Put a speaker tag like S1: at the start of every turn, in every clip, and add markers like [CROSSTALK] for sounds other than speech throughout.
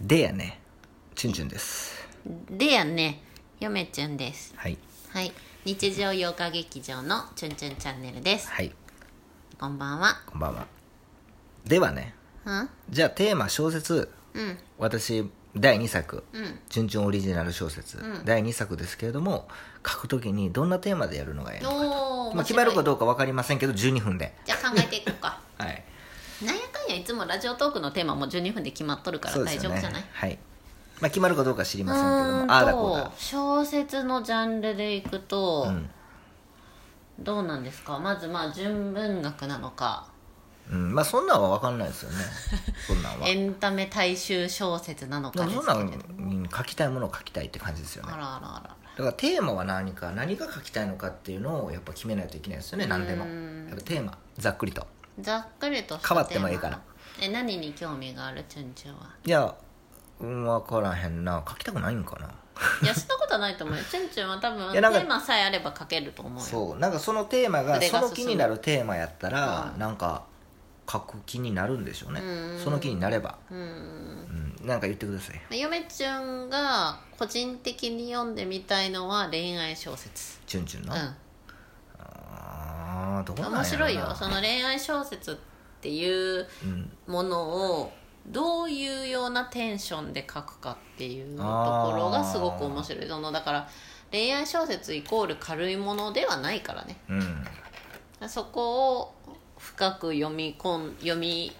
S1: でやねちんちんです
S2: でやねよめちゅんです
S1: はい
S2: はい日常洋画劇場のちゅんちゅんチャンネルです
S1: はい
S2: こんばんは
S1: こんばんはではね
S2: うん
S1: じゃあテーマ小説
S2: うん
S1: 私第2作
S2: うん
S1: 「ちゅんちゅんオリジナル小説」第2作ですけれども書くときにどんなテーマでやるのがいいのか
S2: おお
S1: まあ、決まるかどうか分かりませんけど12分で
S2: じゃあ考えていこうか [LAUGHS]
S1: はい
S2: なんやかんやいつもラジオトークのテーマも12分で決まっとるから
S1: そうで
S2: 大
S1: す
S2: 丈
S1: よ
S2: 夫
S1: ね
S2: じゃない
S1: はい、まあ、決まるかどうか知り
S2: う
S1: ませんけど
S2: ーん
S1: もああだこうだ
S2: と小説のジャンルでいくと、
S1: うん
S2: どうなんですかまずまあ純文学なのか
S1: うん、まあそんなんは分かんない
S2: [LAUGHS]
S1: ですよねそんなんは
S2: エンタメ大衆小説なの
S1: で
S2: か
S1: も
S2: です
S1: そん
S2: けれ
S1: な
S2: ど
S1: んうん書きたいものを書きたいって感じですよ
S2: あ
S1: ね
S2: ら
S1: だ
S2: あらあら
S1: からテーマは何か何が書きたいのかっていうのをやっぱ決めないといけないですよね何でも
S2: うん
S1: やっぱテーマざっくりと
S2: ざっくりとした
S1: 変わってもいいから
S2: テーマえ何に興味があるチュンチュンはい
S1: や、うん、分からへんな書きたくないんかない
S2: やしたことはないと思うよチュンチュンは多分
S1: い
S2: テ
S1: やなんか
S2: ーマさえあれば書けると思うよ
S1: そうなんかそのテーマが
S2: 筆
S1: そ
S2: が
S1: の
S2: 進む
S1: 気になるテーマやったら
S2: うん
S1: なんか書く気になるんでしょうね
S2: うん
S1: その気になれば、
S2: ううん
S1: うん、なんか言ってください
S2: 嫁ちゅんが個人的に読んでみたいのは恋愛小説
S1: チュンチュン
S2: う
S1: の、あ
S2: ん
S1: あーどうなんやろな
S2: 面白いよその恋愛小説っていう
S1: うん
S2: ものをどういうようなテンションで書くかっていうと
S1: あー
S2: ころがすごく面白いそのだから恋愛小説イコール軽いものではないからね
S1: うん
S2: そこを深く読み込ん読み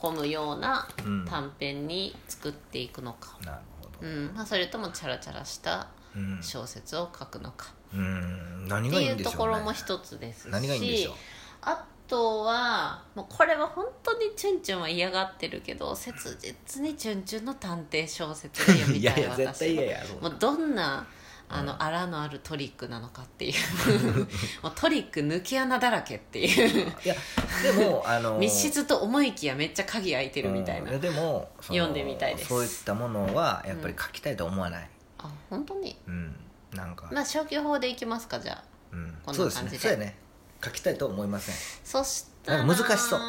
S2: 込むような
S1: うん
S2: 短編に作っていくのか、
S1: なるほ
S2: う
S1: ど
S2: んまあ、それともチャラチャラした
S1: うん
S2: 小説を書くのか
S1: うん何
S2: って
S1: がい
S2: い
S1: いん
S2: う
S1: でしょうね
S2: ところも一つですし
S1: 何がいいんでしょう
S2: あとはもうこれは本当にチュンチュンは嫌がってるけど切実にチュンチュンの探偵小説が読
S1: [LAUGHS]
S2: みたい私は
S1: やそん
S2: も
S1: な
S2: うどんなあの荒のあるトリックなのかっていうもう [LAUGHS] トリック抜き穴だらけっていう
S1: いやでもあ
S2: [LAUGHS]
S1: の
S2: 密室と思いきやめっちゃ鍵開いてるみたい
S1: う
S2: な、
S1: んやでもその
S2: 読んでみたいです
S1: そういったものはやっぱり書きたいと思わない
S2: あ本当に
S1: うんなんか
S2: まあ消去法でいきますかじゃあ
S1: うん
S2: こんな感じで
S1: そうですねそうやね書きたいと思いません
S2: そした
S1: な
S2: ら
S1: んか難しそう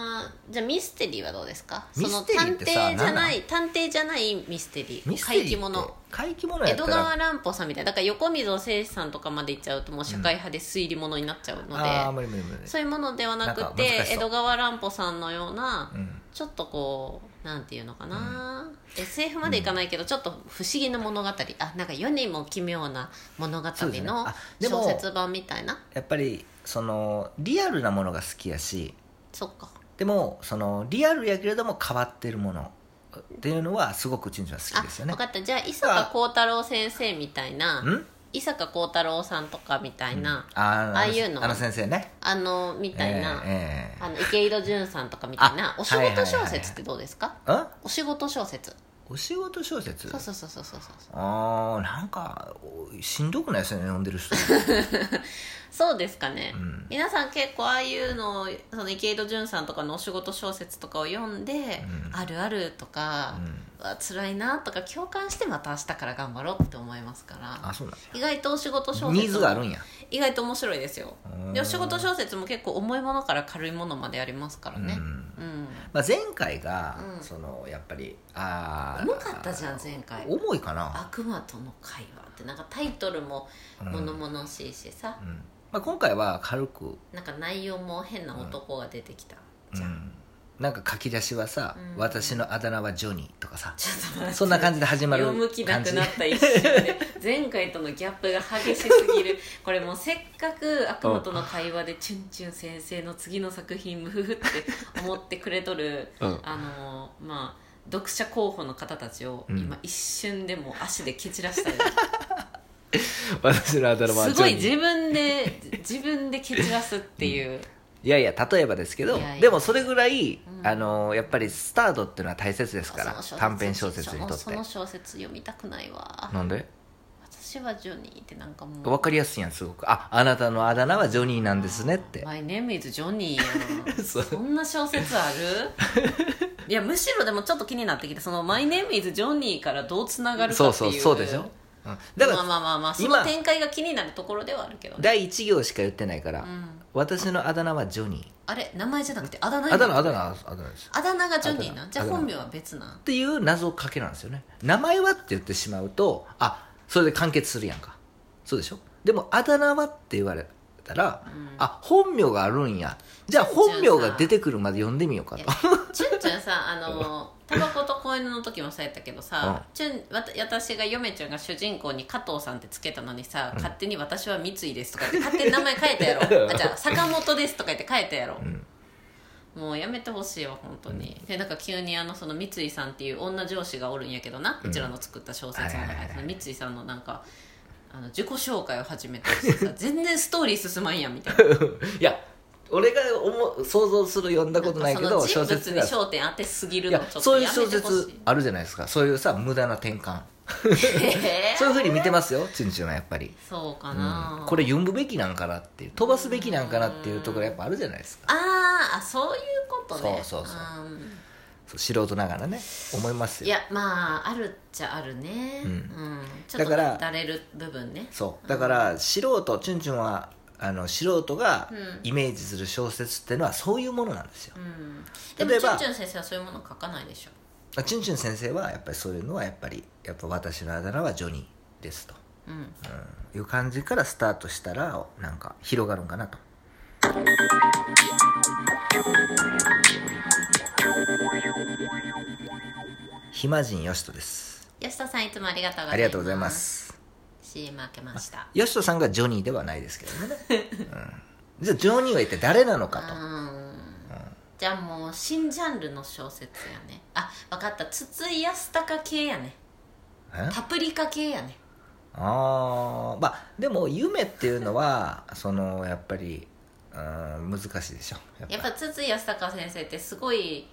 S2: じゃあミステリーはどうですか
S1: ミステリーってさ
S2: その探偵じゃな
S1: なん
S2: い探偵じゃないミステリー
S1: ミステリーって
S2: 怪奇物
S1: 怪奇物や
S2: 江
S1: った
S2: 戸
S1: ら
S2: 川乱歩さんみたいなだから横溝正史さんとかまで行っちゃうともう社会派で推理物になっちゃうので、
S1: ああ無理無理無理
S2: そういうものではな
S1: なん
S2: く
S1: か難し
S2: て
S1: そう
S2: 江戸川乱歩さんのような、
S1: うん
S2: ちょっとこうなんていうのかな、SF までいかないけど、ちょっと不思議な物語あなんか世にも奇妙な物語
S1: そうですね
S2: の
S1: あでも
S2: 小説版みたいな
S1: やっぱりそのリアルなものが好きやし
S2: そっか
S1: でもそのリアルやけれども変わってるものっていうのはすごくちんちんは好き
S2: あ
S1: ですよね
S2: 分かったじゃあ伊坂幸太郎先生みたいな
S1: うん
S2: 伊坂幸太郎さんとかみたいな、
S1: あ
S2: ああいうの
S1: あの先生ね
S2: あのみたいな、
S1: えええ
S2: あの池井戸潤さんとかみたいな
S1: あ
S2: お仕
S1: はいはい
S2: 事
S1: はいはい
S2: 小説ってどうですか、
S1: えん
S2: お仕事小説
S1: お仕事小説
S2: そうそうそうそうそうそう
S1: あーなんかおしんどくないですよね読んでる
S2: [LAUGHS]
S1: 人
S2: そうですかね、
S1: うん
S2: 皆さん結構ああいうのをその池井戸潤さんとかのお仕事小説とかを読んで、
S1: ん
S2: あるあるとか、うわ辛いなとか共感してまた明日から頑張ろうって思いますから
S1: あそうなん
S2: 意外とお仕事小説
S1: や
S2: も
S1: ニーズがあるんや
S2: 意外と面白いですよ
S1: うん
S2: でお仕事小説も結構重いものから軽いものまでありますからね
S1: うん
S2: うん、
S1: まあ、前回が、
S2: うん
S1: そのやっぱりあー
S2: 重かったじゃん前回
S1: 重いかな、
S2: 悪魔との会話」ってなんかタイトルも
S1: うん
S2: 物々しいしさ
S1: う、んまあ、今回は軽く、
S2: なんか内容も変な男が出てきた、
S1: う
S2: じゃん
S1: ん、なんか書き出しはさ、
S2: うん
S1: 私のあだ名はジョニー」とかさ
S2: [LAUGHS] ちょっと待って
S1: そんな感じで始まる
S2: 読む気な
S1: 感
S2: く
S1: じ
S2: なった一瞬で
S1: [LAUGHS]
S2: 前回とのギャップが激しすぎるこれもうせっかく悪魔との会話でチュンチュン先生の次の作品ムフフって思ってくれとる、
S1: うん
S2: [LAUGHS] あのーまあ読者候補の方たちを
S1: うん
S2: 今一瞬でもう足で蹴散
S1: [LAUGHS]
S2: らしたよ、
S1: 私のあだ名は
S2: す
S1: ジョ
S2: ごい
S1: ニー
S2: 自分で自分で蹴散らすっていう、
S1: いやいや例えばですけど
S2: いやいや
S1: でもそれぐらい、
S2: うん
S1: あのやっぱりスタートっていうのは大切ですから
S2: その
S1: 短編小説にとっ
S2: そ
S1: て
S2: の小説読みたくないわ、
S1: なんで
S2: 私はジョニーってなんかもう
S1: わかりやすいやんすごくああなたのあだ名はジョニーなんですねって
S2: 「My name is Johnny」やん
S1: そう
S2: そんな小説
S1: [LAUGHS]
S2: あるいやむしろでもちょっと気になってきてその「My name is Johnny」からどうつながるかっていう
S1: そうそうそうでしょうんだから
S2: まあまあまあまあそ
S1: 今
S2: の展開が気になるところではあるけどね、
S1: 第1行しか言ってないから、
S2: うん、
S1: 私のあだ名はジョニ
S2: あれ名前じゃなくてあだ名
S1: ーあだ名あだ名あだ名です
S2: あだ名がジョニー
S1: あだ
S2: な
S1: 名
S2: じゃあ
S1: あだ名
S2: 本名は別な
S1: っていう謎かけなんですよね名前はって言ってしまうとあそれで完結するやんかそうでしょでもあだ名はって言われたら、あ本名があるんやじゃあ本名が出てくるまで読んでみようかと
S2: チュンチュ
S1: [LAUGHS]
S2: ンさあのタバコと子犬の時もさやったけどさ、チュンわた私が嫁ちゃんが主人公に加藤さんってつけたのにさ、勝手に「私は三井です」とかって勝手に名前変えたや
S1: [LAUGHS]
S2: ろあじゃあ「坂本です」とか言って変えたやろ、
S1: ん
S2: もうやめてほしいわ本当に、でなんか急にあのその三井さんっていう女上司がおるんやけどな、うちらの作った小説の
S1: はいは
S2: 中
S1: い
S2: で
S1: はい
S2: その三井さんのなんかあの自己紹介を始めたり
S1: [LAUGHS]
S2: してさ全然ストーリー進まんやんみたいない
S1: や俺が思う想像する読んだことないけ
S2: ん
S1: ど
S2: かそ
S1: 小
S2: の人物
S1: 説
S2: に
S1: では
S2: 焦点当てすぎる
S1: い
S2: の
S1: や
S2: ちょっ
S1: そ
S2: と
S1: ういう
S2: やめ
S1: 小
S2: てほし
S1: 説
S2: い
S1: あるじゃないですかそういうさ無駄な転換 [LAUGHS]
S2: えー
S1: そういうふうに見てますよチュンチュンはやっぱり、
S2: そうか
S1: う
S2: な、
S1: ん、これ読むべきなんかなっていう飛ばすべきなんかなっていうところやっぱあるじゃないですか
S2: あーあそういうことね
S1: そうそうそうんそう素人ながらね思いますよ
S2: いやまああるっちゃあるねう、
S1: うんん
S2: ちょっと
S1: だから
S2: だれる部分ね
S1: そうだから素人チュンチュンはあの素人が
S2: うん
S1: イメージする小説っていうのはそういうものなんですよ、
S2: うんでも
S1: 例え
S2: ちゅ
S1: ば
S2: んちゅん先生はそういうもの書かないでしょ
S1: あチュンチュン先生はやっぱりそういうのはやっぱりやっぱ私のあだ名はジョニーですと、
S2: うん
S1: うん、いう感じからスタートしたらなんか広がるんかなと暇人よしとです
S2: 吉田さんいつもありがとうございます
S1: ありがとうございます
S2: CM 開けました
S1: よしとさんがジョニーではないですけどね、うん、じゃあジョニーは一体誰なのかと
S2: うんじゃあもう新ジャンルの小説やねあ分かった筒井康隆系やね
S1: え
S2: パプリカ系やね
S1: あーまあでも夢っていうのはそのやっぱりうん難しいでしょやっぱ
S2: やっぱ筒井康隆先生ってすごい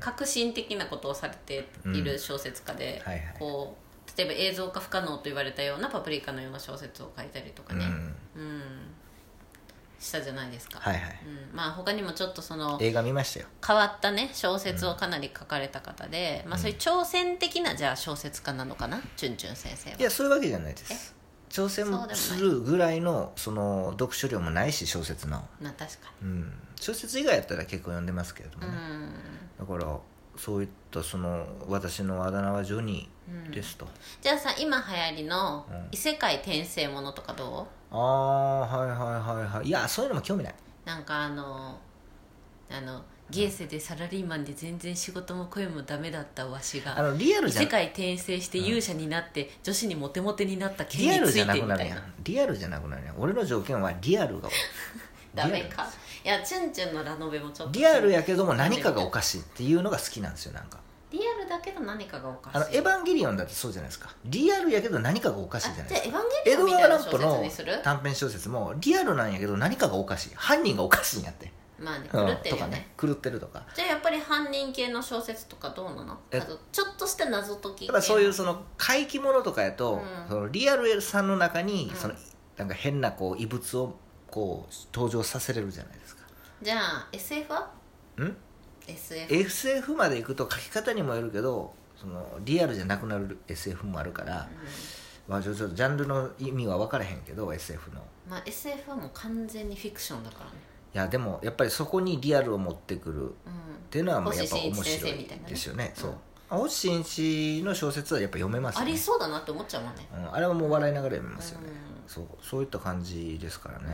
S2: 革新的なことをされている小説家で、
S1: うんはいはい
S2: こう例えば映像化不可能と言われたような「パプリカ」のような小説を書いたりとか
S1: うん
S2: ね、うんしたじゃないですか、
S1: はいはい
S2: うん、まあ他にもちょっとその
S1: 映画見ましたよ
S2: 変わったね小説をかなり書かれた方で、まあそういう挑戦的なじゃあ小説家なのかなチュンチュン先生はい
S1: やそういうわけじゃないです挑戦
S2: そうでもない
S1: するぐらいのその読書量もないし小説の、
S2: まあ確か
S1: うん、小説以外やったら結構読んでますけれども
S2: にう
S1: ね、
S2: ん
S1: だからそういったその私のあだ名はジョニーですと、
S2: じゃあさ今流行りの
S1: うん
S2: 異世界転生ものとかどう
S1: ああーはいはいはいはいいやそういうのも興味ない
S2: なんかあのあの現世でサラリーマンで全然仕事も声もダメだったわし
S1: あ
S2: が
S1: のリアル
S2: 異
S1: じゃ
S2: 世界転生して勇者になって、女子にモテモテになった
S1: リア
S2: 件に
S1: ル
S2: つ
S1: じゃ
S2: い
S1: な
S2: て
S1: く
S2: み
S1: な
S2: た
S1: る
S2: い
S1: やん
S2: な
S1: リアルじゃなくなるやん俺の条件はリアルが
S2: [LAUGHS] ダメかいやチュンチュンのラノベもちょっと
S1: リアルやけども何かがおかしいっていうのが好きなんですよなんか
S2: リアルだけど何かがおかしい
S1: あの「エヴァンゲリオン」だってそうじゃないですかリアルやけど何かがおかしいじゃ
S2: あ
S1: ないです
S2: じゃあエ
S1: か
S2: ヴァンゲ
S1: 江
S2: リオ
S1: 戸
S2: ンみたい
S1: 川乱歩
S2: な小説
S1: の
S2: にする
S1: 短編小説もリアルなんやけど何かがおかしい犯人がおかしいんやって、
S2: まあね
S1: うん
S2: [LAUGHS] 狂って
S1: と
S2: るよ
S1: か
S2: ね,、
S1: ね狂ってるとか
S2: じゃあやっぱり犯人系の小説とかどうなのあ
S1: え
S2: とちょっとした謎解き系
S1: やっぱそういうその怪奇ものとかやと、
S2: うん
S1: そのリアルさんの中に
S2: うん
S1: その、なんか変なこう異物をこう登場させれるじゃないですか
S2: じゃあ SF は
S1: ん
S2: SF
S1: SF まで行くと書き方にもよるけどそのリアルじゃなくなる SF もあるから、まあ、ちょちょっとジャンルの意味は分からへんけど SF の
S2: まあ SF はもう完全にフィクションだからね
S1: いやでもやっぱりそこにリアルを持ってくるっ
S2: うん
S1: ていうのはもうやっぱ面
S2: 星新一
S1: 白
S2: 先生み
S1: い
S2: たいなね
S1: ですよねそう
S2: うん
S1: 星新一の小説はやっぱ読めます
S2: あ
S1: よね
S2: りそうだなって思っちゃうもんね
S1: うん、あれはもう笑いながら読めますよね、
S2: うん
S1: そうそういった感じですからね、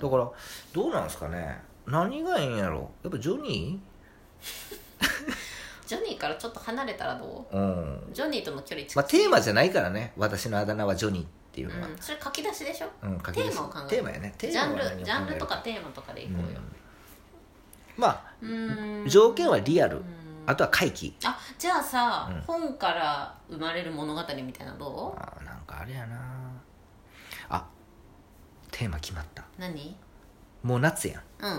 S2: う
S1: だからどうなんですかね何がいいんやろやっぱジョニ
S2: ジョニーからちょっと離れたらど
S1: ーうん
S2: うジョニーとの距離近
S1: まあテーマじゃないからね私のあだ名はジョニーっていうのは、
S2: うん、それ書き出しでしょ
S1: うん、書き出
S2: テ
S1: し
S2: ーマを考える
S1: テーマやね
S2: ジ
S1: テー
S2: ャン
S1: マ
S2: ル
S1: は何を考える
S2: ジャンルとかテーマとかでいこうよ
S1: まあ
S2: うーん
S1: 条件はリアル
S2: うん
S1: あとは回帰
S2: あじゃあさ、
S1: うん
S2: 本から生まれる物語みたいなのど
S1: あーなんかあれやなあテーマ決まった
S2: う何
S1: もう夏や
S2: うんうん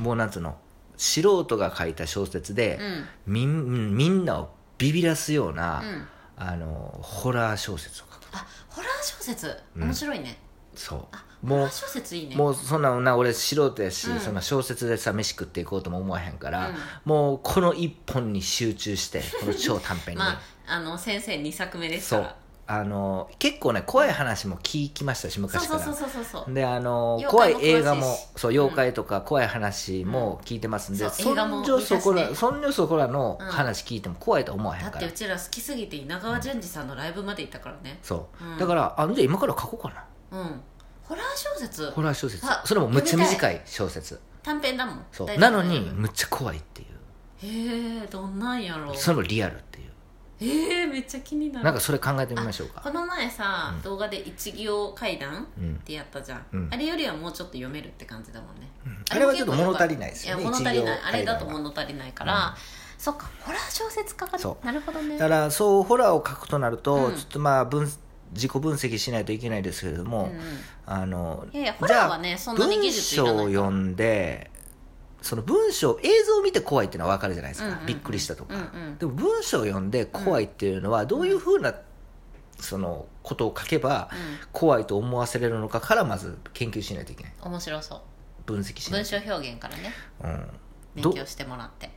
S1: んもう夏の素人が書いた小説で、みんみんなをビビらすような、
S2: うん
S1: あのホラー小説を書く
S2: あホラー小説
S1: うん
S2: 面白いね、
S1: そう
S2: ホ
S1: も、
S2: ラー小説いいうね
S1: もうそんなな俺素人やし、
S2: うん
S1: そんな小説でさ飯食っていこうとも思わへんから、
S2: うん
S1: もうこの一本に集中してこの超短編に、
S2: [LAUGHS] まああの先生2作目ですか
S1: そう
S2: ら
S1: あの結構ね怖い話も聞きましたし
S2: そう
S1: 昔か
S2: そ
S1: ら
S2: うそうそうそうそう
S1: であの
S2: 妖
S1: 怖
S2: 怪も
S1: い映画も
S2: 詳しいし
S1: そう妖怪とか怖い話も聞いてますんで、
S2: うんそう
S1: そ
S2: 映画も
S1: んじょそこ
S2: 見たし
S1: ら
S2: ね
S1: そんじょそこらの話聞いても怖いと思わへ
S2: だ
S1: んか
S2: っ
S1: ら、
S2: てうちら好きすぎて稲川淳二さんのライブまで行ったからね
S1: そう、
S2: うん
S1: だからあじゃあ今から書こうかな
S2: うんホラー小説
S1: ホラー小説
S2: あ
S1: それもむっちゃ
S2: 読みた
S1: 短い小説
S2: 短編だもん
S1: そ
S2: 大
S1: うな
S2: 体ね
S1: のにむっちゃ怖いっていう
S2: へえどんなんやろ
S1: それもリアルっていう
S2: ええめっちゃ気になる
S1: なんかそれ考えてみましょう
S2: こ
S1: か
S2: の前さ、
S1: うん
S2: 動画で一行階段
S1: うん
S2: ってやったじゃん、
S1: うん
S2: あれよりはもうちょっと読めるって感じだもんね、
S1: あれはちょっと物足りないですよね
S2: や物足りな
S1: 一行階
S2: い
S1: 段は
S2: あれだと物足りないから、そっかホラー小説家か
S1: そ
S2: なるほどね
S1: だからそうホラーを書くとなると、
S2: うん
S1: ちょっとまあ分自己分析しないといけないですけれども、
S2: うんうん
S1: あの
S2: いやいやホラーはねそんなに技
S1: 文
S2: 術い
S1: 章
S2: らな
S1: を
S2: い
S1: 読んでその文章映像を見て怖いっていうのは分かるじゃないですか、
S2: うんうんうん
S1: びっくりしたとか、
S2: うんうん
S1: でも文章を読んで怖いっていうのはどういうふうな、そのことを書けば怖いと思わせれるのかからまず研究しないといけない
S2: うん、面白そう
S1: 分析しない
S2: 文
S1: と
S2: 章表現からね
S1: うん、
S2: 勉
S1: ど
S2: 強してもらって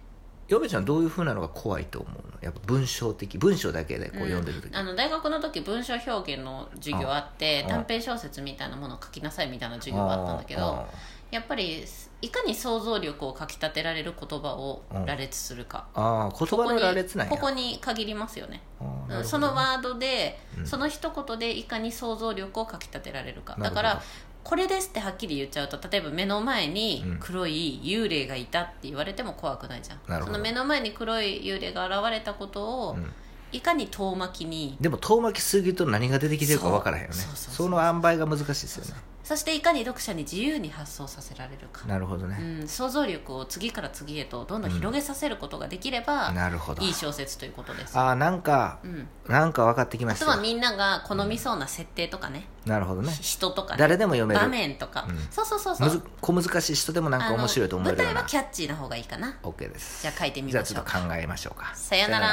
S1: 嫁ちゃんどういうふうなのが怖いと思うのやっぱ文章的文章だけでこう読んでる時、
S2: あの大学の時文章表現の授業あって
S1: ああ
S2: 短編小説みたいなものを書きなさいみたいな授業があったんだけどやっぱりいかに想像力をかき立てられる言葉を
S1: うん
S2: 羅列するか、
S1: あーあー言葉の羅列なんや
S2: ここに限りますよね
S1: あーなるほどね
S2: そのワードで、
S1: うん
S2: その一言でいかに想像力をかき立てられるか
S1: なる
S2: だ
S1: ほ
S2: か
S1: ど
S2: らこれですってはっきり言っちゃうと例えば目の前に
S1: うん
S2: 黒い幽霊がいたって言われても怖くないじゃん、
S1: なるほ
S2: そ
S1: ど
S2: の目の前に黒い幽霊が現れたことを、
S1: うん
S2: いかに遠巻きに
S1: でも遠巻きすぎると何が出てきてるか分からへんよねそ
S2: そうそうそうそう
S1: の塩梅が難しいですよね
S2: そしていかに読者に自由に発想させられるか、
S1: なるほど
S2: う
S1: ね、
S2: ん、想像力を次から次へとどんどん広げさせることができれば、
S1: なるほど
S2: いい小説ということです、
S1: ああなんか
S2: うん、
S1: なんか分かってき
S2: あ
S1: まし
S2: と
S1: た
S2: は
S1: よ
S2: みんなが好みそうな設定とかね、
S1: なるほどね
S2: ひ人とかね
S1: 誰でも読め
S2: 場
S1: る
S2: 面とか、
S1: うん
S2: そうそうそうそ
S1: むず
S2: う
S1: 小難しい人でもなんか面白いと思える
S2: あの
S1: よう
S2: 舞台
S1: な
S2: はキャッチーな方がいいかな
S1: OK です
S2: じゃあ書いてみ
S1: じゃ
S2: ま
S1: あ
S2: しょう
S1: ちょっと考えましょうか
S2: さよなら